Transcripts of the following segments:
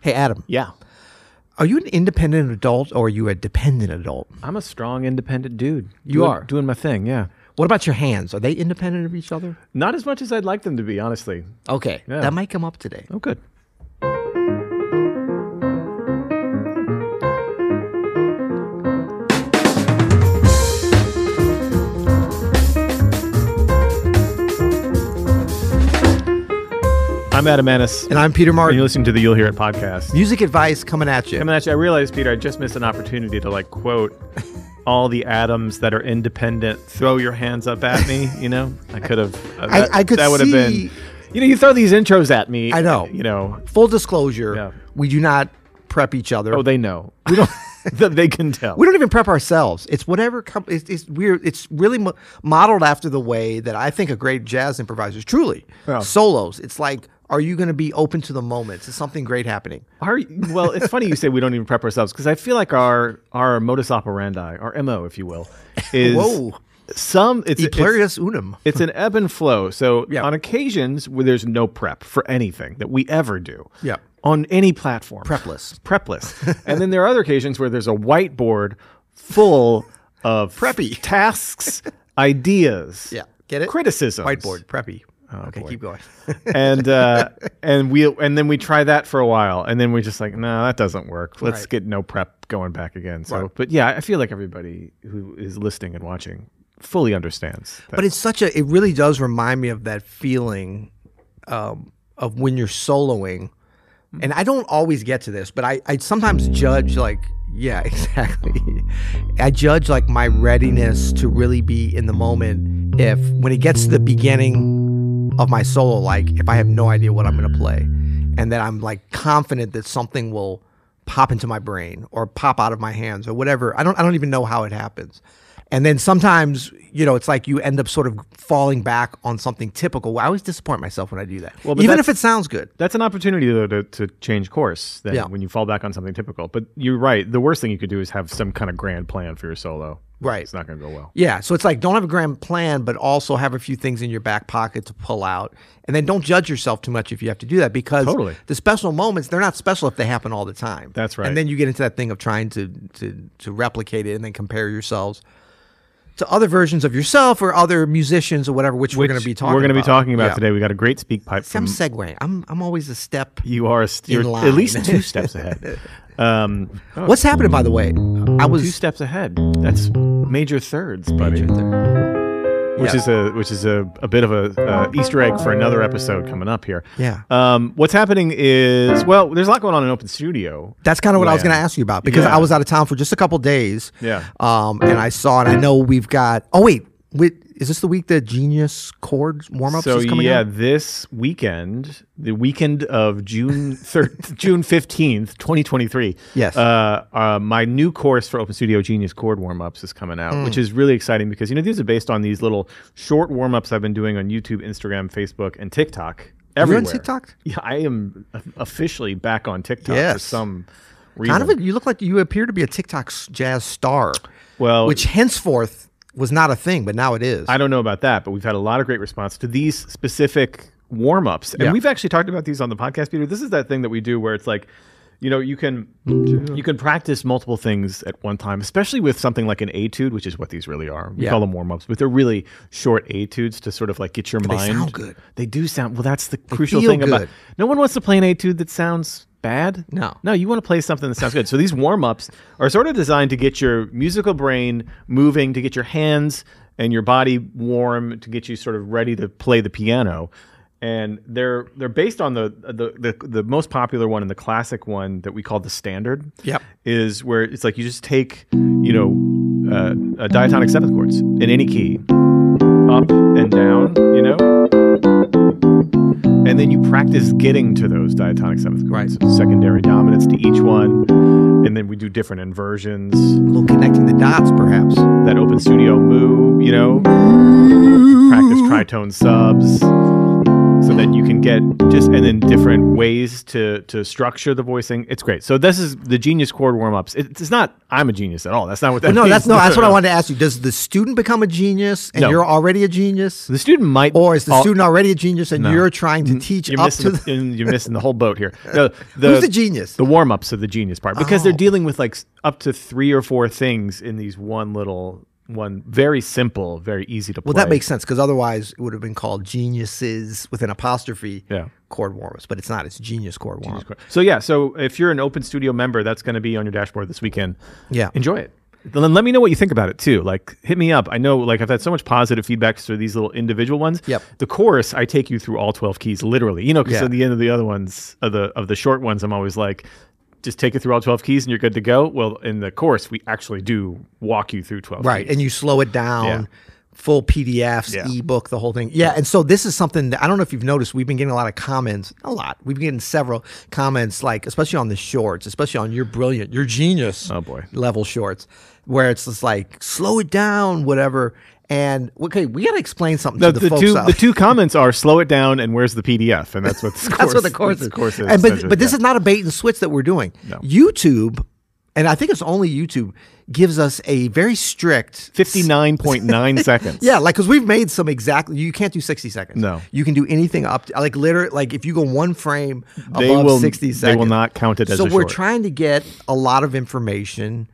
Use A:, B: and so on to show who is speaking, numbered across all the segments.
A: Hey, Adam,
B: Yeah.
A: are you an independent adult or are you a dependent adult?
B: I'm a strong, independent dude.
A: You
B: Doing-
A: are.
B: Doing my thing, yeah.
A: What about your hands? Are they independent of each other?
B: Not as much as I'd like them to be, honestly.
A: Okay.
B: Yeah.
A: That might come up today.
B: Oh, good. I'm Adam Ennis, and
A: And I'm Peter
B: you're
A: Martin.
B: listening to the You'll Hear It podcast.
A: Music advice coming at you.
B: Coming at you, I realized, Peter, I just missed an opportunity to like quote all the atoms that are independent. Throw your hands up at me. You know, I could have. uh,
A: I- I could
B: That would have been.
A: see-
B: You know, you throw these intros at me.
A: I know.
B: You know.
A: Full disclosure,
B: Yeah.
A: we do not prep each other.
B: Oh, they know. We don't. they can tell.
A: we don't even prep ourselves. It's whatever com- it's, it's weird. It's really mo- modeled after the way that I think a great jazz improviser is truly
B: Yeah.
A: solos. It's like, are you going to be open to the moments? Is something great happening?
B: Our, well, it's funny you say we don't even prep ourselves because I feel like our our modus operandi, our mo, if you will, is
A: Whoa.
B: some. It's,
A: E
B: it's
A: plurius unum.
B: It's an ebb and flow. So
A: Yeah.
B: on occasions where there's no prep for anything that we ever do.
A: Yeah.
B: On any platform.
A: Prepless.
B: Prepless. and then there are other occasions where there's a whiteboard full of
A: Preppy.
B: tasks, ideas.
A: Yeah, get it?
B: Criticisms.
A: Whiteboard preppy.
B: Oh,
A: okay, keep going.
B: and uh, and we and then we try that for a while, and then we're just like, no, that doesn't work. Let's
A: Right.
B: get no prep going back again. So,
A: Right.
B: but yeah, I feel like everybody who is listening and watching fully understands. That.
A: but it's such a. It really does remind me of that feeling um, of when you're soloing, and I don't always get to this, but I, I sometimes judge like. Yeah, exactly. I judge like my readiness to really be in the moment if when it gets to the beginning of my solo, like if I have no idea what I'm gonna play, and that I'm like confident that something will pop into my brain or pop out of my hands or whatever. I don't I don't even know how it happens. And then sometimes, you know, it's like you end up sort of falling back on something typical. I always disappoint myself when I do that.
B: Well, but
A: even
B: that's-
A: if it sounds good.
B: That's an opportunity though to, to change course then
A: Yeah.
B: when you fall back on something typical. But you're right. The worst thing you could do is have some kind of grand plan for your solo.
A: Right.
B: It's not going to go well.
A: Yeah, so it's like don't have a grand plan, but also have a few things in your back pocket to pull out, and then don't judge yourself too much if you have to do that because
B: Totally.
A: the special moments they're not special if they happen all the time.
B: That's right.
A: And then you get into that thing of trying to to to replicate it and then compare yourselves to other versions of yourself or other musicians or whatever, which, we're going to be talking.
B: We're gonna
A: about.
B: be talking about
A: Yeah.
B: today. We got a great speak pipe
A: See, I'm
B: from
A: segueing. I'm I'm always a step.
B: you are a st-
A: in
B: you're
A: line.
B: at least two steps ahead. Um, oh,
A: What's happening by the way? I
B: two
A: was
B: steps ahead. That's major thirds, buddy. which
A: Yeah.
B: is a which is a, a bit of a uh, Easter egg for another episode coming up here.
A: Yeah.
B: Um, what's happening is well, there's a lot going on in open studio.
A: That's kind of what I was
B: Land.
A: going to ask you about because
B: Yeah.
A: I was out of town for just a couple days.
B: Yeah.
A: Um, and I saw, and I know we've got. Oh wait, wait is this the week the Genius Chord warm ups
B: So
A: is coming
B: yeah,
A: out?
B: this weekend, the weekend of June thir- June fifteenth, twenty twenty three.
A: Yes.
B: Uh, uh, my new course for Open Studio Genius chord warm ups is coming out,
A: Hmm.
B: which is really exciting because you know these are based on these little short warm ups I've been doing on YouTube, Instagram, Facebook, and TikTok.
A: You're
B: Everywhere.
A: on TikTok.
B: Yeah, I am officially back on TikTok for
A: Yes.
B: some reason.
A: Kind of. A, you look like you appear to be a TikTok s- jazz star,
B: well,
A: which henceforth was not a thing, but now it is.
B: I don't know about that, but we've had a lot of great response to these specific warm ups. And
A: Yeah.
B: we've actually talked about these on the podcast, Peter. This is that thing that we do where it's like, you know, you can you can practice multiple things at one time, especially with something like an etude, which is what these really are. We
A: Yeah.
B: call them warm ups, but they're really short etudes to sort of like get your
A: they
B: mind.
A: sound good.
B: They do sound well. That's the crucial
A: feel
B: thing about.
A: good.
B: No one wants to play an etude that sounds bad.
A: No.
B: No, you want to play something that sounds good. So these warm ups are sort of designed to get your musical brain moving, to get your hands and your body warm, to get you sort of ready to play the piano. And they're they're based on the the the, the most popular one and the classic one that we call the standard.
A: Yep.
B: Is where it's like you just take you know uh, uh, diatonic seventh chords in any key, up and down, you know, and then you practice getting to those diatonic seventh chords, secondary dominance to each one, and then we do different inversions.
A: a little connecting the dots, perhaps.
B: That open
A: Mm-hmm.
B: studio moo, you know, practice tritone subs. so that you can get just and then different ways to to structure the voicing. It's great. So this is the genius chord warm ups. It's, it's not I'm a genius at all. That's not what that.
A: No,
B: means.
A: that's no. That's what I wanted to ask you. Does the student become a genius and
B: No.
A: you're already a genius,
B: The student might
A: or is the
B: al-
A: student already a genius and you're trying to teach
B: You're
A: up to
B: missing,
A: the?
B: the, you're missing the whole boat here. No,
A: Who's the genius? Oh.
B: The warm ups of the genius part because they're dealing with like s- up to three or four things in these one little, one very simple, very easy to play.
A: Well, that makes sense because otherwise it would have been called geniuses with an apostrophe
B: Yeah.
A: chord warm-ups, but it's not. It's genius chord warm.
B: So yeah, so if you're an Open Studio member, that's going to be on your dashboard this weekend.
A: Yeah.
B: enjoy it. Then let me know what you think about it too. Like, hit me up. I know, like, I've had so much positive feedback through these little individual ones.
A: Yep.
B: The chorus, I take you through all twelve keys, literally. You know, because
A: Yeah.
B: at the end of the other ones, of the of the short ones, I'm always like, just take it through all twelve keys and you're good to go. Well, in the chorus, we actually do walk you through twelve.
A: Right.
B: keys.
A: And you slow it down,
B: Yeah.
A: full PDFs,
B: Yeah.
A: ebook, the whole thing. Yeah. And so this is something that I don't know if you've noticed. We've been getting a lot of comments, a lot. We've been getting several comments, like, especially on the shorts, especially on your brilliant, your genius
B: Oh, boy.
A: level shorts, where it's just like, slow it down, whatever. And okay, we got to explain something
B: The,
A: to the,
B: the
A: folks
B: two
A: out
B: the two comments are slow it down and where's the PDF and that's what this
A: That's
B: course,
A: what the course
B: this
A: is.
B: course is
A: And but
B: essentially.
A: but this
B: Yeah.
A: is not a bait and switch that we're doing.
B: No.
A: YouTube, and I think it's only YouTube, gives us a very strict
B: 59.9 seconds.
A: Yeah, like because we've made some exactly. You can't do sixty seconds.
B: No.
A: you can do anything up. To, like literally, like if you go one frame
B: They
A: above
B: will-
A: sixty
B: they
A: seconds,
B: will not count it as
A: So
B: a
A: we're
B: short.
A: trying to get a lot of information,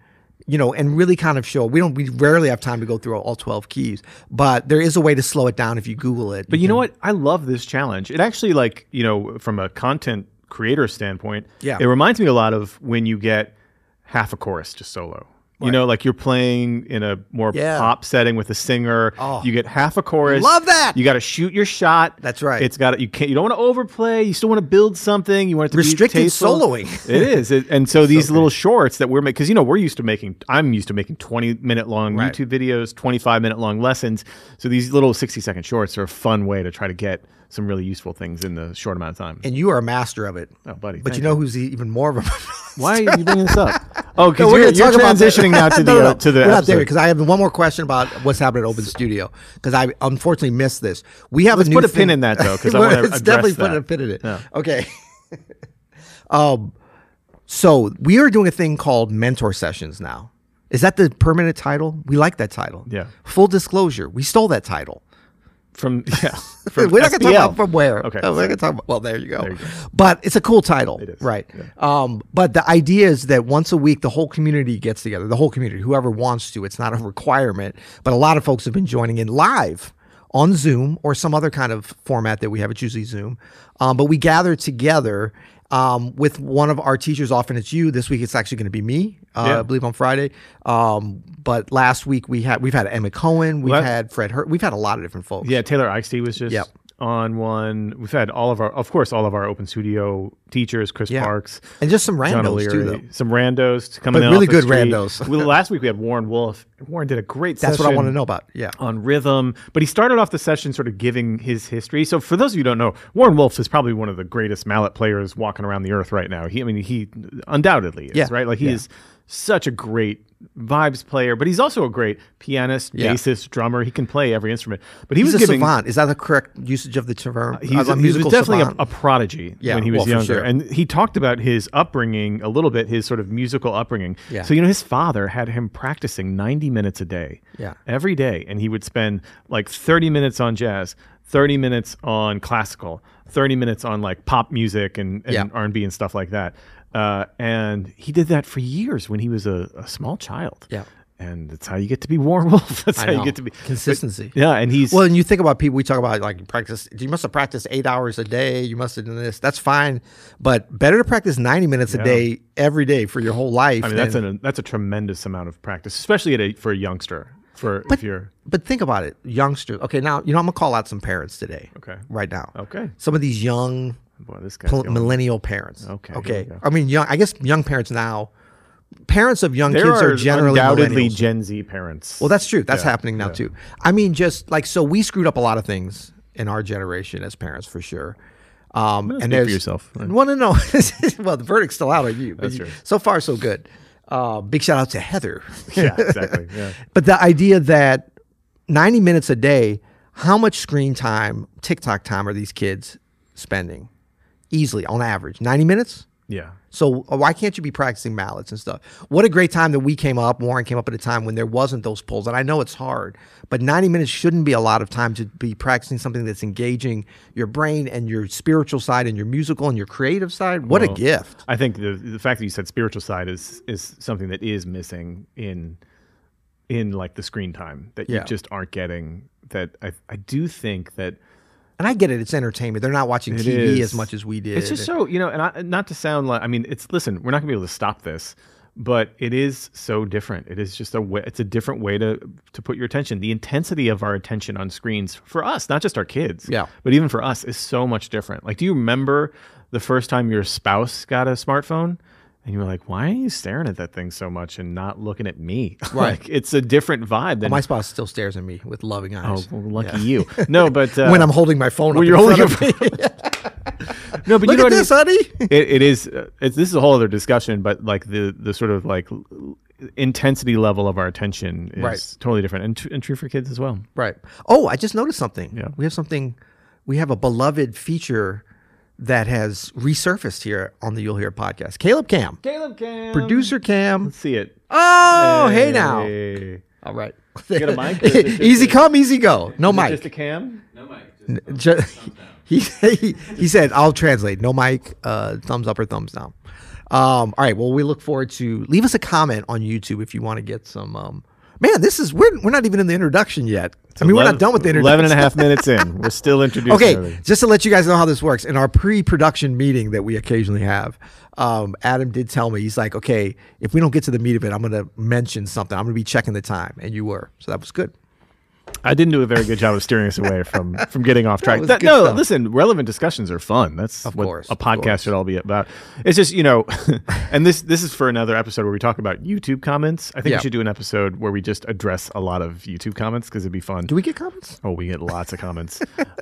A: you know, and really kind of show. We don't. We rarely have time to go through all twelve keys, but there is a way to slow it down if you Google it.
B: But you know what? I love this challenge. It actually, like, you know, from a content creator standpoint,
A: Yeah.
B: it reminds me a lot of when you get half a chorus just solo. You know, like you're playing in a more
A: Yeah.
B: pop setting with a singer.
A: Oh.
B: You get half a chorus.
A: Love that!
B: You got to shoot your shot.
A: That's right.
B: It's got to, you can't you don't want to overplay. You still want to build something. You want it to
A: Restricted
B: be tasteful.
A: soloing.
B: it is, It- and so these little shorts that we're making because you know we're used to making. I'm used to making 20 minute long
A: Right.
B: YouTube videos, 25 minute long lessons. So these little 60 second shorts are a fun way to try to get some really useful things in the short amount of time.
A: and you are a master of it.
B: oh, buddy,
A: But
B: thank
A: you know who's e-, even more of a
B: why are you bringing this up? Oh, because
A: No,
B: you're,
A: gonna
B: you're
A: talk about that.
B: transitioning now to the
A: No, no,
B: uh,
A: no.
B: to the
A: We're not there
B: episode.
A: because I have one more question about what's happening at Open Studio because I unfortunately missed this. We have
B: Let's
A: a new
B: put a pin
A: thing-
B: in that, though, 'cause I
A: We're-
B: wanna
A: it's
B: address
A: definitely
B: that.
A: putting a pin in it. Okay. um, so we are doing a thing called mentor sessions now. Is that the permanent title? We like that title.
B: Yeah.
A: Full disclosure, we stole that title.
B: from yeah from
A: We're not gonna talk
B: SBL.
A: about from where.
B: Okay,
A: Oh, we're
B: sorry.
A: gonna talk about- well, there you go.
B: you go.
A: But it's a cool title,
B: is,
A: right? Um, but the idea is that once a week, the whole community gets together. The whole community, whoever wants to, it's not a requirement. But a lot of folks have been joining in live on Zoom or some other kind of format that we have. It's usually Zoom, um, but we gather together. Um, with one of our teachers, often it's you. This week, it's actually going to be me. Uh,
B: Yeah.
A: I believe on Friday. Um, but last week we had we've had Emma Cohen, we've
B: Well, that-
A: had Fred Hurt, we've had a lot of different folks.
B: Yeah, Taylor Eisty was just
A: Yep.
B: on one. We've had all of our, of course, all of our open studio teachers, Chris
A: Yeah.
B: Parks,
A: and just some
B: John
A: randos too, though.
B: O'Leary, some randos coming
A: But
B: in.
A: really
B: off the
A: good
B: street.
A: randos.
B: well, last week we had Warren Wolf. Warren did a great.
A: That's what I
B: session
A: want to know about. Yeah.
B: on rhythm. But he started off the session sort of giving his history. So for those of you who don't know, Warren Wolf is probably one of the greatest mallet players walking around the earth right now. He, I mean, he undoubtedly is
A: Yeah.
B: right. Like he is such a great vibes player, but he's also a great pianist,
A: Yeah.
B: bassist, drummer. He can play every instrument. But he
A: He's a
B: was giving
A: savant. Is that the correct usage of the term?
B: he was,
A: Uh, a
B: he was
A: musical
B: definitely
A: savant.
B: a, a prodigy
A: Yeah,
B: when he was
A: well, for
B: younger.
A: sure.
B: And he talked about his upbringing a little bit, his sort of musical upbringing.
A: Yeah.
B: So, you know, his father had him practicing 90 minutes a day.
A: Yeah.
B: Every day. And he would spend like 30 minutes on jazz, 30 minutes on classical, 30 minutes on like pop music and, and
A: Yeah.
B: R&B and stuff like that. Uh, and he did that for years when he was a, a small child.
A: Yeah.
B: And that's how you get to be Warren Wolf. That's how you
A: know.
B: get to be
A: Consistency.
B: But- yeah. And he's.
A: well, and you think about people we talk about like practice. You must have practiced eight hours a day. You must have done this. That's fine, but better to practice ninety minutes a day every day for your whole life.
B: I mean,
A: than-
B: that's a that's a tremendous amount of practice, especially at a, for a youngster. For if you're
A: but think about it, youngsters. Okay, now you know I'm gonna call out some parents today.
B: Okay.
A: right now.
B: okay,
A: Some of these young
B: boy, this guy's
A: pol-
B: going.
A: millennial parents.
B: Okay, here
A: okay.
B: we go.
A: I mean, young. I guess young parents now. Parents of young
B: There
A: kids
B: are,
A: are, generally
B: undoubtedly
A: millennials.
B: Gen Z parents.
A: Well, that's true. That's happening now too. I mean, just like so, we screwed up a lot of things in our generation as parents for sure. Um,
B: speak
A: and
B: for
A: there's
B: yourself.
A: Well, no, no. well, the verdict's still out on you. But you-
B: true.
A: So far, so good. Uh, big shout out to Heather.
B: yeah, exactly. Yeah.
A: But the idea that 90 minutes a day, How much screen time, TikTok time, are these kids spending? Easily, on average, ninety minutes.
B: Yeah.
A: So uh, why can't you be practicing mallets and stuff? What a great time that we came up. Warren came up at a time when there wasn't those pulls, and I know it's hard, but ninety minutes shouldn't be a lot of time to be practicing something that's engaging your brain and your spiritual side and your musical and your creative side. What a
B: Well,
A: gift!
B: I think the the fact that you said spiritual side is is something that is missing in in like the screen time that
A: Yeah.
B: you just aren't getting. That I I do think that
A: And I get it; it's entertainment. They're not watching
B: It
A: TV
B: is.
A: as much as we did.
B: it's just so you know, and I, not to sound like I mean, it's listen, we're not gonna be able to stop this, but it is so different. It is just a way, it's a different way to to put your attention. The intensity of our attention on screens for us, not just our kids,
A: Yeah.
B: but even for us, is so much different. Like, do you remember the first time your spouse got a smartphone? And you were like, why are you staring at that thing so much and not looking at me?
A: Right.
B: like, it's a different vibe than,
A: My spouse still stares at me with loving
B: oh,
A: eyes
B: well, lucky you. No, but uh,
A: when I'm holding my phone. up
B: when you're
A: in
B: holding
A: front
B: your
A: of me.
B: no, but you
A: Look at
B: know what I mean?
A: this, honey.
B: it, it is uh, it's, this is a whole other discussion but like the the sort of like l- intensity level of our attention is
A: Right.
B: totally different and, tr- and true for kids as well
A: Right. Oh, I just noticed something.
B: Yeah.
A: We have something. We have a beloved feature that has resurfaced here on the You'll Hear podcast. Caleb Cam,
B: caleb cam
A: producer Cam.
B: see it
A: Oh, hey, now.
B: Hey.
A: All right.
B: got a mic or is it just
A: easy
B: a-
A: come, easy go. No
B: Is it
A: mic.
B: just a cam
A: Ju- he, he he said, "I'll translate. No mic, uh, thumbs up or thumbs down." Um, all right. Well, we look forward to leave us a comment on YouTube if you want to get some. Um, man, this is we're we're not even in the introduction yet. I mean, we're not done with the introduction.
B: 11 and a half minutes in we're still introducing
A: Okay,
B: everything.
A: just to let you guys know how this works, in our pre-production meeting that we occasionally have, um, Adam did tell me he's like, "Okay, if we don't get to the meat of it, I'm going to mention something. I'm going to be checking the time," and you were, so that was good.
B: i didn't do a very good job of steering us away from from getting off track
A: was
B: That-
A: good
B: no
A: stuff.
B: listen relevant discussions are fun that's what
A: course,
B: a
A: of course.
B: podcast should all be about it's just you know and this this is for another episode where we talk about youtube comments i think
A: Yeah.
B: we should do an episode where we just address a lot of youtube comments because it'd be fun
A: Do we get comments?
B: Oh, we get lots of comments.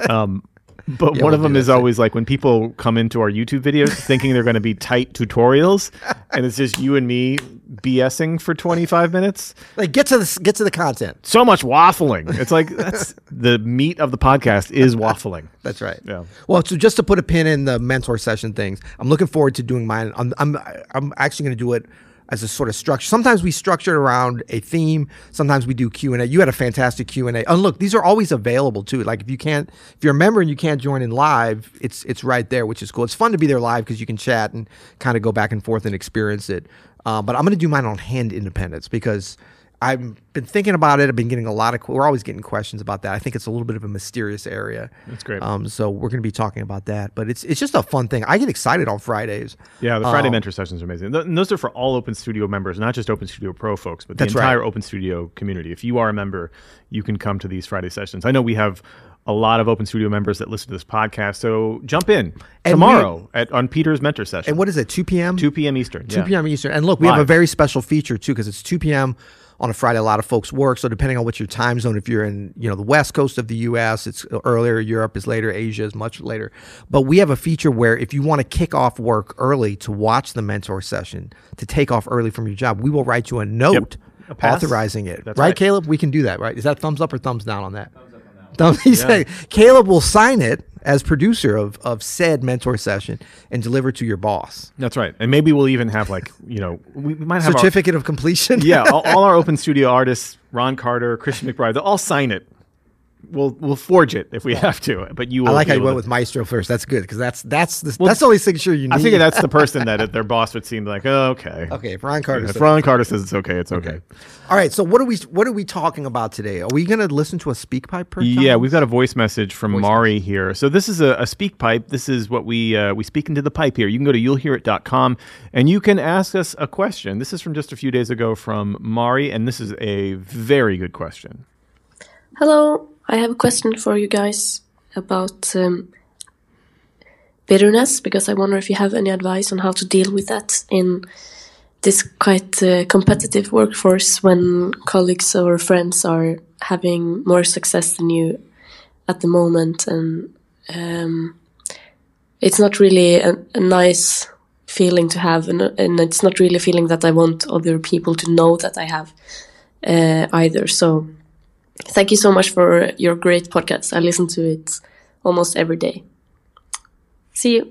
B: um, but one of
A: we'll do
B: them
A: that
B: is always like when people come into our YouTube videos thinking they're going to be tight tutorials, and it's just you and me BSing for 25 minutes.
A: Like, get to the get to the content.
B: So much waffling. It's like that's the meat of the podcast is waffling.
A: That's right.
B: Yeah.
A: Well, so just to put a pin in the mentor session things, I'm looking forward to doing mine. I'm I'm, I'm actually going to do it as a sort of structure. Sometimes we structure it around a theme. Sometimes we do Q and A. You had a fantastic Q and A. And look, these are always available too. Like if you can't, if you're a member and you can't join in live, it's it's right there, which is cool. It's fun to be there live because you can chat and kind of go back and forth and experience it. Uh, but I'm going to do mine on hand independence because I've been thinking about it. I've been getting a lot of. que- We're always getting questions about that. I think it's a little bit of a mysterious area.
B: That's great.
A: Um, so we're going to be talking about that. But it's it's just a fun thing. I get excited on Fridays.
B: Yeah, the
A: Oh.
B: Friday mentor sessions are amazing. Th- and those are for all Open Studio members, not just Open Studio Pro folks, but the
A: That's right.
B: entire Open Studio community. If you are a member, you can come to these Friday sessions. I know we have a lot of Open Studio members that listen to this podcast, so jump in
A: And
B: tomorrow at on Peter's mentor session,
A: And what is it? Two p.m.
B: 2 p.m. Eastern.
A: 2
B: yeah.
A: p.m. Eastern. And look, we have a
B: Live.
A: very special feature too because it's 2 p.m. on a Friday. A lot of folks work, so depending on what your time zone, if you're in you know the west coast of the U.S., it's earlier. Europe is later. Asia is much later. But we have a feature where if you want to kick off work early to watch the mentor session to take off early from your job, we will write you a note.
B: A pass.
A: Authorizing it,
B: That's
A: right,
B: right.
A: Caleb? We can do that, right? Is that thumbs up or thumbs down on that? Thumbs up on that. Thumbs, he said, Caleb will sign it as producer of of said mentor session and deliver to your boss
B: That's right. And maybe we'll even have like you know we we might have our-
A: certificate of completion.
B: yeah, all, all our Open Studio artists, Ron Carter, Christian McBride, they'll all sign it. We'll we'll forge it if we have to, but you. Will
A: I like
B: be
A: how you
B: able
A: went
B: to-
A: with Maestro first. That's good because that's that's the, that's the only signature you need.
B: I figure that's the person that it- their boss would seem like, oh, okay.
A: okay, if Ron Carter.
B: If
A: said-
B: Ron Carter says it's okay, it's okay.
A: All right, so what are we what are we talking about today? Are we going to listen to a speak pipe? Per
B: Yeah, we've got a voice message from Mari here. So this is a, a speak pipe. This is what we uh, we speak into the pipe here. You can go to you'llhearit.com and you can ask us a question. This is from just a few days ago from Mari, and this is a very good question.
C: Hello, I have a question for you guys about um, bitterness because I wonder if you have any advice on how to deal with that in this quite uh, competitive workforce when colleagues or friends are having more success than you at the moment, and um, it's not really a, a nice feeling to have, and, and it's not really a feeling that I want other people to know that I have uh, either. So Thank you so much for your great podcast. I listen to it almost every day. See you.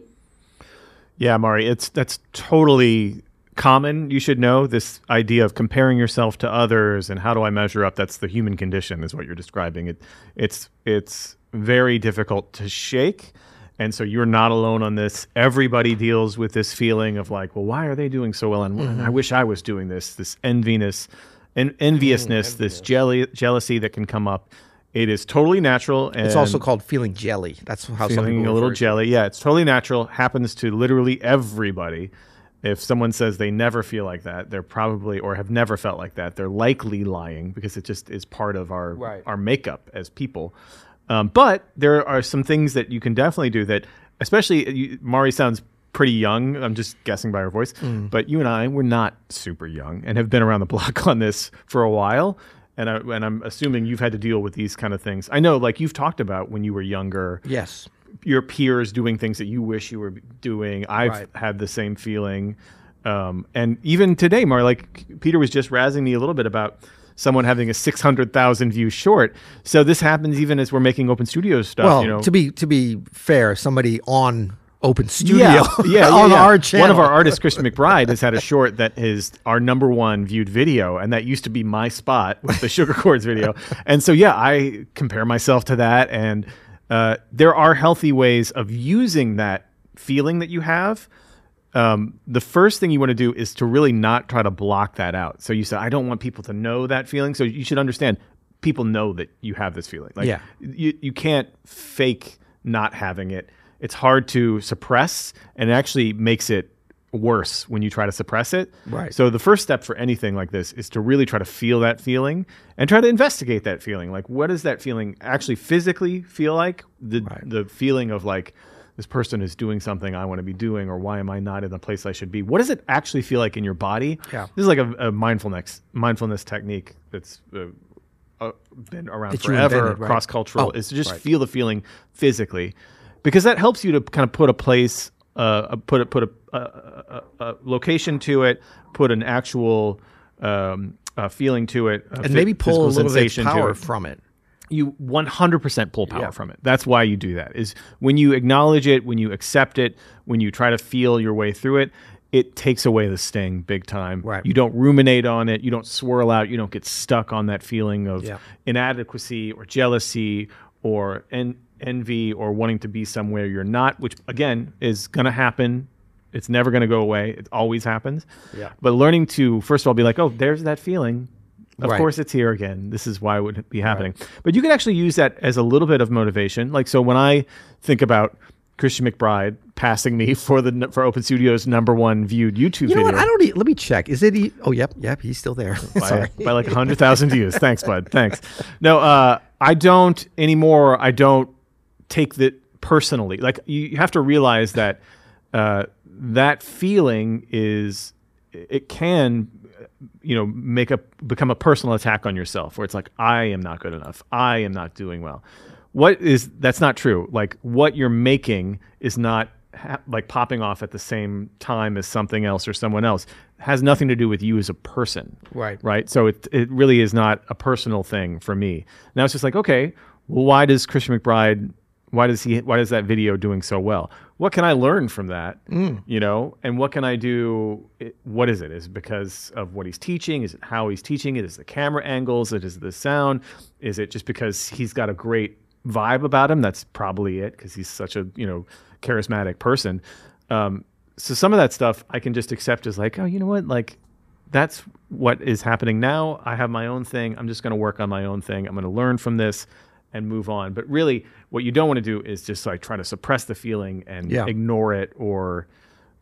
B: Yeah, Mari, it's that's totally common. You should know this idea of comparing yourself to others and how do I measure up? That's the human condition, is what you're describing. It, it's it's very difficult to shake, and so you're not alone on this. Everybody deals with this feeling of like, well, why are they doing so well, and,
A: Mm-hmm.
B: and I wish I was doing this. This enviness, and enviousness, this jelly, jealousy that can come up. It is totally natural. And
A: It's also called feeling jelly. That's how some
B: feeling
A: people
B: a little
A: refer to it.
B: jelly. Yeah, it's totally natural. Happens to literally everybody. If someone says they never feel like that, they're probably or have never felt like that. They're likely lying because it just is part of our
A: Right.
B: our makeup as people. Um, but there are some things that you can definitely do that, especially uh, you, Mari sounds pretty young. I'm just guessing by her voice, but you and I we're not super young and have been around the block on this for a while. And I, and I'm assuming you've had to deal with these kind of things. I know, like you've talked about when you were younger,
A: Yes.
B: your peers doing things that you wish you were doing. I've
A: Right.
B: had the same feeling. Um, and even today, Mar, like Peter was just razzing me a little bit about someone having a 600,000 view short. So this happens even as we're making open studio stuff,
A: Well,
B: you know.
A: to be to be fair, somebody on Open Studio
B: yeah, yeah, yeah,
A: on
B: yeah.
A: our channel.
B: One of our artists, Christian McBride, has had a short that is our number one viewed video, and that used to be my spot with the Sugar Chords video. And so, yeah, I compare myself to that, and uh, there are healthy ways of using that feeling that you have. Um, the first thing you want to do is to really not try to block that out. So you said, I don't want people to know that feeling. So you should understand people know that you have this feeling. Like
A: Yeah.
B: you, you can't fake not having it. It's hard to suppress and it actually makes it worse when you try to suppress it.
A: Right.
B: So the first step for anything like this is to really try to feel that feeling and try to investigate that feeling. Like what does that feeling actually physically feel like? The the feeling of like this person is doing something I want to be doing or why am I not in the place I should be? What does it actually feel like in your body?
A: Yeah.
B: This is like a, a mindfulness mindfulness technique that's uh, uh, been around
A: That you
B: forever
A: invented, right?
B: cross cultural
A: Oh,
B: is to just
A: right.
B: feel the feeling physically because that helps you to kind of put a place uh, a- put a put a, a, a, a location to it put an actual um, uh, feeling to it a
A: and
B: phy-
A: maybe pull
B: physical
A: a little bit of
B: sensation
A: its power
B: to it.
A: from it.
B: you 100% pull power from it that's why you do that is when you acknowledge it when you accept it when you try to feel your way through it it takes away the sting big time
A: Right.
B: you don't ruminate on it you don't swirl out you don't get stuck on that feeling of
A: Yeah.
B: inadequacy or jealousy or en- envy or wanting to be somewhere you're not, which again is going to happen. It's never going to go away. It always happens.
A: Yeah.
B: But learning to, first of all, be like, oh, there's that feeling. Of
A: Right.
B: course, it's here again. This is why it would be happening. But you can actually use that as a little bit of motivation. Like, so when I think about Christian McBride passing me for the n- for Open Studios number one viewed YouTube
A: You know
B: video
A: what? I don't. e- Let me check. Is it? E- oh, yep, yep. He's still there.
B: by,
A: Sorry.
B: by like 100,000 views. Thanks, bud. Thanks. No, uh, I don't anymore. I don't take that personally. Like, you you have to realize that uh, that feeling is, it can, you know, make a, become a personal attack on yourself where it's like, I am not good enough. I am not doing well. What is, that's not true. Like, what you're making is not ha- like popping off at the same time as something else or someone else has nothing to do with you as a person
A: Right.
B: right? So it it really is not a personal thing for me. Now it's just like, okay, well, why does Christian McBride? Why does he? Why does that video doing so well? What can I learn from that? You know, and what can I do? It, what is it? Is it because of what he's teaching? Is it how he's teaching it? Is it the camera angles? It is the sound? Is it just because he's got a great vibe about him? That's probably it because he's such a you know charismatic person. Um, so some of that stuff I can just accept as like, oh, you know what? Like that's what is happening now. I have my own thing. I'm just going to work on my own thing. I'm going to learn from this and move on. But really, what you don't want to do is just like try to suppress the feeling and
A: Yeah.
B: ignore it or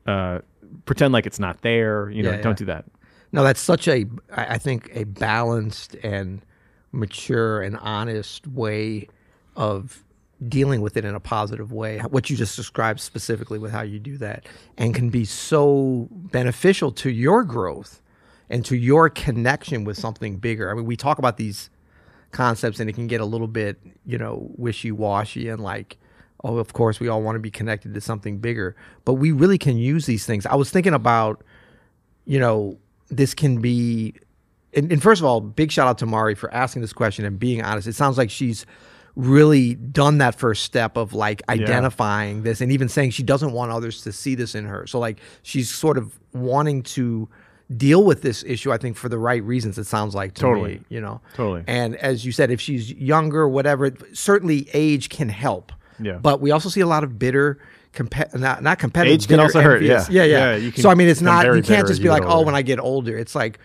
B: uh, pretend like it's not there. You know,
A: Yeah, yeah.
B: don't do that.
A: No, that's such a, I I think, a balanced and mature and honest way of dealing with it in a positive way. What you just described specifically with how you do that and can be so beneficial to your growth and to your connection with something bigger. I mean, we talk about these concepts and it can get a little bit, you know, wishy washy and like, oh, of course, we all want to be connected to something bigger. But we really can use these things. I was thinking about, you know, this can be and, and first of all, big shout out to Mari for asking this question and being honest. It sounds like she's really done that first step of like identifying this and even saying she doesn't want others to see this in her. So like she's sort of wanting to deal with this issue, I think, for the right reasons, it sounds like to
B: Totally.
A: me. You know?
B: Totally.
A: And as you said, if she's younger, whatever, certainly age can help.
B: Yeah.
A: But we also see a lot of bitter compe- not not competitive.
B: Age can
A: bitter
B: also hurt,
A: envious.
B: yeah.
A: Yeah, yeah.
B: Yeah, you can
A: so I mean it's
B: become
A: not
B: very
A: you
B: bitter
A: can't
B: as
A: just
B: you
A: be like,
B: get
A: oh,
B: older.
A: when I get older, it's like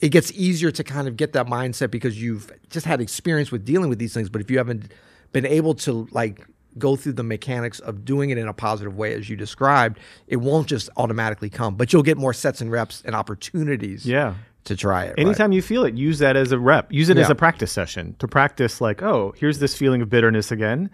A: it gets easier to kind of get that mindset because you've just had experience with dealing with these things. But if you haven't been able to like go through the mechanics of doing it in a positive way as you described, it won't just automatically come. But you'll get more sets and reps and opportunities
B: Yeah.
A: to try it. right?
B: Anytime you feel it, use that as a rep. Use it as
A: Yeah.
B: a practice session to practice like, oh, here's this feeling of bitterness again.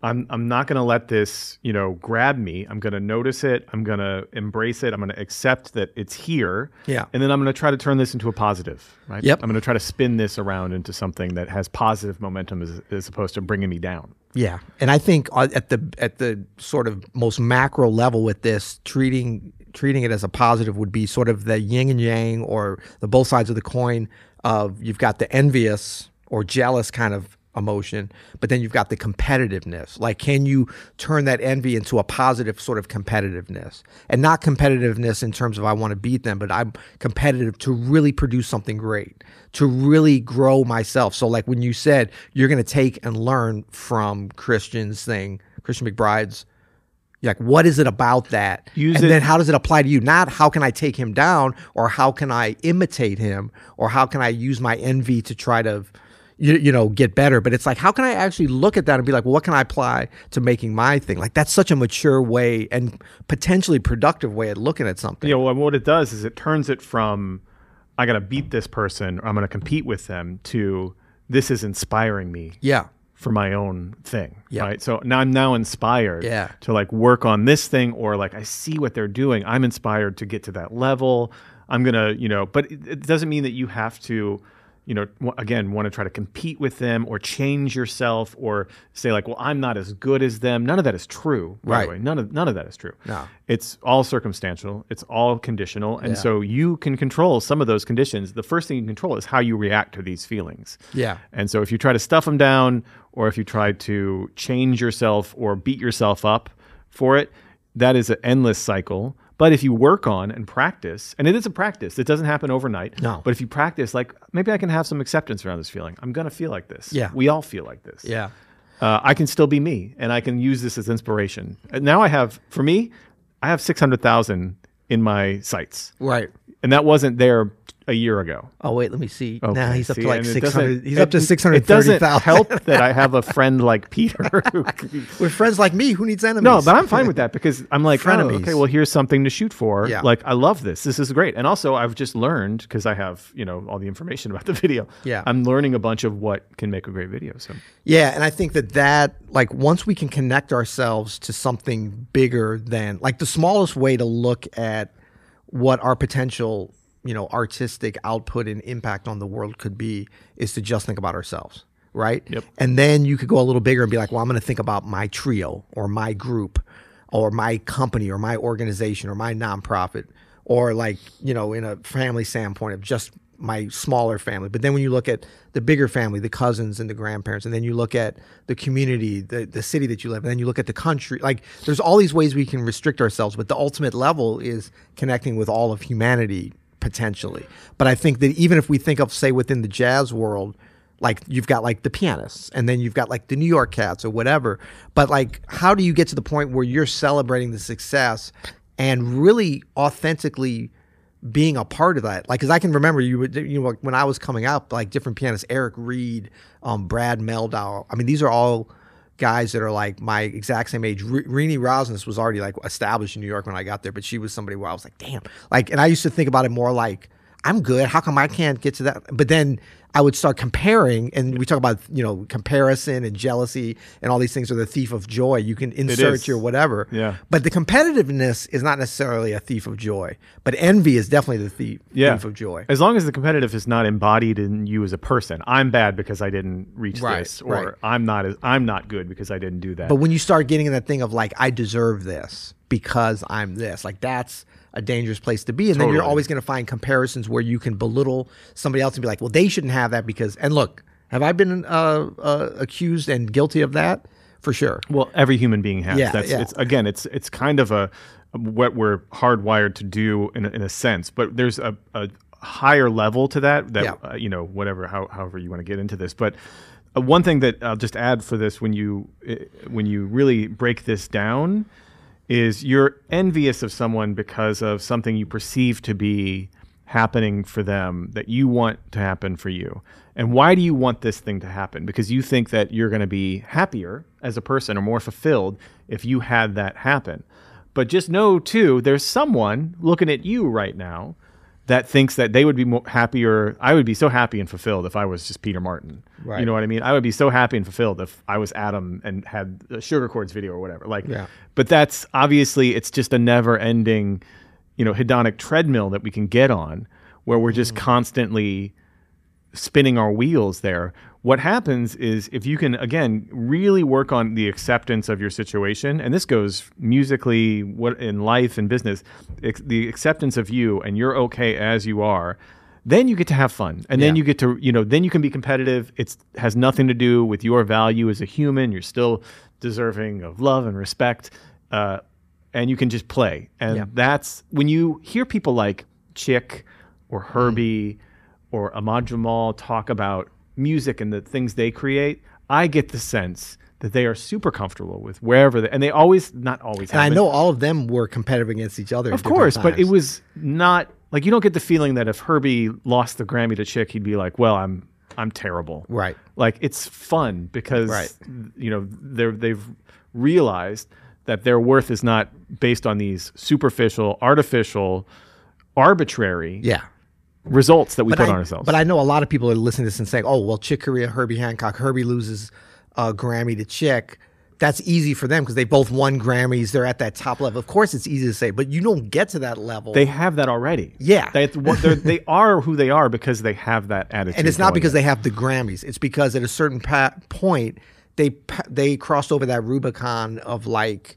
B: I'm I'm not going to let this, you know, grab me. I'm going to notice it. I'm going to embrace it. I'm going to accept that it's here.
A: Yeah.
B: And then I'm going to try to turn this into a positive, right?
A: Yep.
B: I'm going to try to spin this around into something that has positive momentum as, as opposed to bringing me down.
A: Yeah, and I think uh, at the at the sort of most macro level with this, treating treating it as a positive would be sort of the yin and yang, or the both sides of the coin. Of you've got the envious or jealous kind of emotion, but then you've got the competitiveness. Like, can you turn that envy into a positive sort of competitiveness, and not competitiveness in terms of I want to beat them, but I'm competitive to really produce something great, to really grow myself. So, like when you said you're going to take and learn from Christian's thing, Christian McBride's, you're like, what is it about that?
B: Use
A: and
B: it-
A: then how does it apply to you? Not how can I take him down or how can I imitate him or how can I use my envy to try to. You, you know, get better, but it's like, how can I actually look at that and be like, well, what can I apply to making my thing? Like, that's such a mature way and potentially productive way of looking at something.
B: Yeah, well, what it does is it turns it from I got to beat this person or I'm going to compete with them to this is inspiring me
A: Yeah.
B: for my own thing,
A: Yeah.
B: right? So now I'm now inspired
A: Yeah.
B: to like work on this thing or like I see what they're doing. I'm inspired to get to that level. I'm going to, you know, but it, it doesn't mean that you have to you know, w- again, want to try to compete with them or change yourself or say like, well, I'm not as good as them. None of that is true, by the
A: Right.
B: way. None of none of that is true.
A: No.
B: It's all circumstantial. It's all conditional. And so you can control some of those conditions. The first thing you control is how you react to these feelings.
A: Yeah.
B: And so if you try to stuff them down or if you try to change yourself or beat yourself up for it, that is an endless cycle. But if you work on and practice, and it is a practice, it doesn't happen overnight.
A: No.
B: But if you practice, like maybe I can have some acceptance around this feeling. I'm going to feel like this.
A: Yeah.
B: We all feel like this
A: Yeah.
B: uh, I can still be me, and I can use this as inspiration. And now I have, for me, I have six hundred thousand in my sites,
A: Right.
B: and that wasn't there a year ago.
A: Oh wait, let me see.
B: Okay,
A: now he's up
B: see,
A: to like
B: and it
A: six hundred.
B: doesn't-
A: He's up
B: it-
A: to six hundred
B: It
A: thirty
B: doesn't
A: thousand.
B: help that I have a friend like Peter. who-
A: With friends like me, who needs enemies?
B: no, but I'm fine with that because I'm like, oh,
A: Frenemies.
B: okay, well, here's something to shoot for.
A: Yeah.
B: Like, I love this. This is great. And also, I've just learned because I have, you know, all the information about the video.
A: Yeah.
B: I'm learning a bunch of what can make a great video. So,
A: Yeah, and I think that that like once we can connect ourselves to something bigger than like the smallest way to look at what our potential, you know, artistic output and impact on the world could be is to just think about ourselves, right? Yep. And then you could go a little bigger and be like, well, I'm going to think about my trio or my group or my company or my organization or my nonprofit or like you know in a family standpoint of just my smaller family but then when you look at the bigger family the cousins and the grandparents and then you look at the community the, the city that you live in and then you look at the country like there's all these ways we can restrict ourselves but the ultimate level is connecting with all of humanity potentially but i think that even if we think of say within the jazz world like you've got like the pianists and then you've got like the New York Cats or whatever. But like, how do you get to the point where you're celebrating the success and really authentically being a part of that? Like, because I can remember you would, you know, like, when I was coming up, like different pianists, Eric Reed, um, Brad Meldow. I mean, these are all guys that are like my exact same age. R- Rini Rosnes was already like established in New York when I got there, but she was somebody where I was like, damn. Like, and I used to think about it more like, I'm good. How come I can't get to that? But then I would start comparing, and we talk about you know comparison and jealousy and all these things are the thief of joy. You can
B: is.
A: insert your whatever.
B: Yeah.
A: But the competitiveness is not necessarily a thief of joy, but envy is definitely the thief,
B: yeah.
A: thief of joy.
B: As long as the competitive is not embodied in you as a person, I'm bad because I didn't reach
A: Right,
B: this, or
A: right.
B: I'm not as, I'm not good because I didn't do that.
A: But when you start getting in that thing of like, I deserve this because I'm this, like that's a dangerous place to be. And then you're
B: Totally.
A: always going to find comparisons where you can belittle somebody else and be like, well, they shouldn't have that because. And look, have I been uh, uh, accused and guilty of that? For sure.
B: Well, every human being has.
A: Yeah,
B: That's
A: yeah.
B: it's again, it's it's kind of a what we're hardwired to do in a, in a sense, but there's a, a higher level to that that
A: Yeah.
B: uh, you know whatever how, however you want to get into this, but. uh, One thing that I'll just add for this, when you uh, when you really break this down, is you're envious of someone because of something you perceive to be happening for them that you want to happen for you. And why do you want this thing to happen? Because you think that you're going to be happier as a person or more fulfilled if you had that happen. But just know too, there's someone looking at you right now that thinks that they would be more happier. I would be so happy and fulfilled if I was just Peter Martin.
A: Right.
B: You know what I mean? I would be so happy and fulfilled if I was Adam and had a Sugar Chords video or whatever. Like,
A: Yeah.
B: but that's obviously it's just a never-ending, you know, hedonic treadmill that we can get on, where we're
A: Mm.
B: just constantly spinning our wheels there. What happens is if you can again really work on the acceptance of your situation, and this goes musically, what in life and business, ex- the acceptance of you and you're okay as you are, then you get to have fun, and then
A: Yeah.
B: you get to you know then you can be competitive. It's has nothing to do with your value as a human. You're still deserving of love and respect. Uh, and you can just play. And that's when you hear people like Chick or Herbie or Ahmad Jamal talk about music and the things they create, I get the sense that they are super comfortable with wherever they and they always not always
A: And I
B: have it.
A: know all of them were competitive against each other. at
B: Of
A: different
B: course, but it
A: times.
B: was not like you don't get the feeling that if Herbie lost the Grammy to Chick, he'd be like, "Well, I'm I'm terrible."
A: Right.
B: Like it's fun because
A: Right.
B: you know they're they've realized that their worth is not based on these superficial, artificial, arbitrary
A: Yeah.
B: results that we put
A: I,
B: on ourselves.
A: But I know a lot of people are listening to this and saying, "Oh, well, Chick Corea, Herbie Hancock, Herbie loses a Grammy to Chick." That's easy for them because they both won Grammys. They're at that top level. Of course, it's easy to say, but you don't get to that level.
B: They have that already.
A: Yeah.
B: They, they're- they are who they are because they have that attitude.
A: and it's not
B: going
A: because
B: in.
A: they have the Grammys. It's because at a certain pa- point they pa- they crossed over that Rubicon of like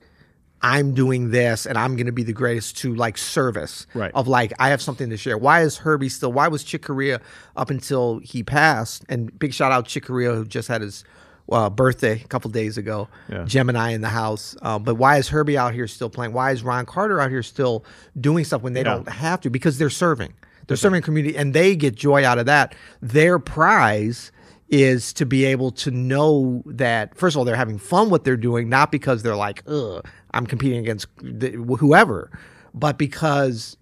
A: I'm doing this and I'm going to be the greatest to like service
B: Right.
A: of like I have something to share. Why is Herbie still? Why was Chick Corea up until he passed? And big shout out Chick Corea who just had his. Uh, birthday a couple days ago, Gemini in the house. Uh, but why is Herbie out here still playing? Why is Ron Carter out here still doing stuff when they don't have to? Because they're serving. They're serving a community and they get joy out of that. Their prize is to be able to know that first of all they're having fun what they're doing not because they're like ugh i'm competing against the, whoever but because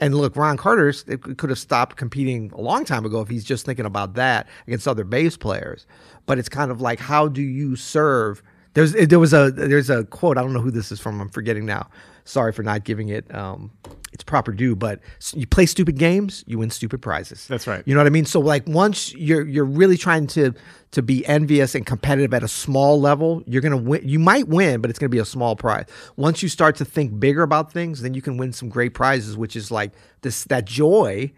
A: and look ron carter's it could have stopped competing a long time ago if he's just thinking about that against other bass players but it's kind of like how do you serve there's eh, there was a there's a quote i don't know who this is from i'm forgetting now sorry for not giving it um it's proper due but you play stupid games you win stupid prizes
B: That's right.
A: you know what I mean? So like once you're you're really trying to to be envious and competitive at a small level, you're gonna win. You might win, but it's gonna be a small prize. Once you start to think bigger about things, then you can win some great prizes, which is like this that joy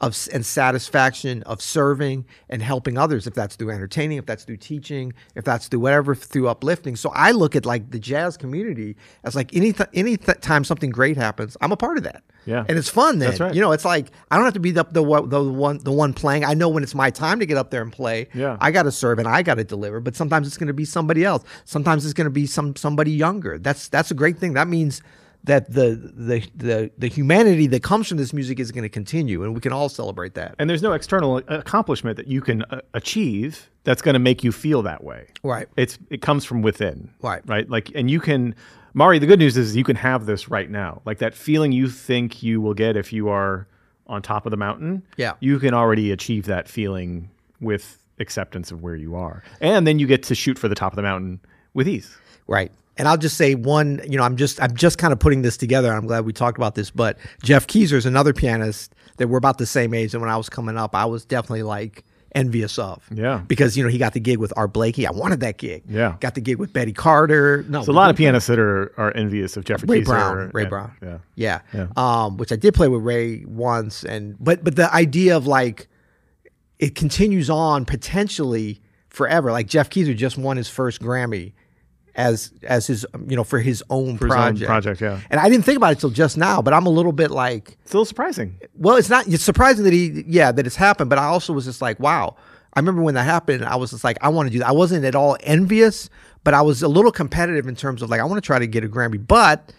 A: of s- and satisfaction of serving and helping others. If that's through entertaining, if that's through teaching, if that's through whatever, through uplifting. So I look at like the jazz community as like any th- any th- time something great happens, I'm a part of that.
B: Yeah.
A: and it's fun. Then
B: That's right.
A: you know, it's like I don't have to be the the, one- the one the one playing. I know when it's my time to get up there and play.
B: Yeah.
A: I got to serve and I got to deliver. But sometimes it's going to be somebody else. Sometimes it's going to be some somebody younger. That's that's a great thing. That means that the the the, the humanity that comes from this music is going to continue, and we can all celebrate that.
B: and there's no external accomplishment that you can uh, achieve that's going to make you feel that way.
A: Right.
B: It's it comes from within.
A: Right.
B: Right. Like, and you can, Mari. The good news is you can have this right now. Like that feeling you think you will get if you are on top of the mountain.
A: Yeah.
B: You can already achieve that feeling with acceptance of where you are, and then you get to shoot for the top of the mountain with ease.
A: Right. And I'll just say one, you know, I'm just I'm just kind of putting this together. I'm glad we talked about this, but Jeff Keezer is another pianist that we're about the same age and when I was coming up, I was definitely like envious of.
B: Yeah.
A: Because you know, he got the gig with Art Blakey. I wanted that gig.
B: Yeah.
A: Got the gig with Betty Carter. No.
B: So a lot of pianists that are, are envious of Jeffrey
A: Ray
B: Keezer
A: Brown. Ray
B: and-
A: Brown.
B: Yeah.
A: Yeah. Um, which I did play with Ray once and but but the idea of like it continues on potentially forever. Like Jeff Keezer just won his first Grammy as as his you know for his own
B: his own
A: project.
B: project, yeah.
A: And I didn't think about it till just now, but I'm a little bit like,
B: It's a little surprising.
A: well, it's not. It's surprising that he yeah that it's happened, but I also was just like, wow. I remember when that happened, I was just like, I want to do that. I wasn't at all envious, but I was a little competitive in terms of like I want to try to get a Grammy, but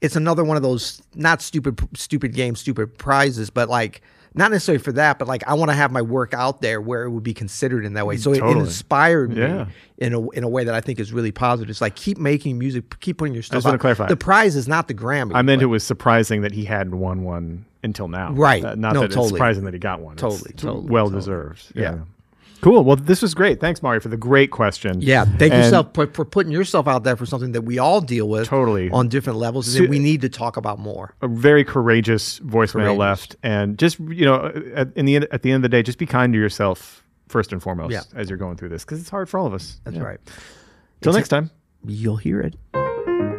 A: it's another one of those not stupid stupid games, stupid prizes, but like not necessarily for that, but like I want to have my work out there where it would be considered in that way. So it- it,
B: Totally.
A: inspired me
B: Yeah.
A: in a in a way that I think is really positive. It's like keep making music, keep putting your stuff.
B: wanna
A: out.
B: clarify.
A: the prize is not the Grammy.
B: I meant it was surprising that he hadn't won one until now.
A: Right.
B: Uh, not
A: No,
B: that
A: totally.
B: it's surprising that he got one. It's
A: Totally,
B: t-
A: totally,
B: well
A: totally.
B: deserved.
A: Yeah.
B: Cool. Well, this was great. Thanks, Mario, for the great question.
A: Yeah, thank
B: And
A: yourself for, for putting yourself out there for something that we all deal with
B: Totally.
A: on different levels and that we need to talk about more.
B: A very courageous voicemail
A: Courageous.
B: left, and just you know, at, in the end, at the end of the day, just be kind to yourself first and foremost
A: Yeah.
B: as you're going through this, because it's hard for all of us.
A: That's
B: Yeah.
A: right.
B: Till next time.
A: You'll hear it.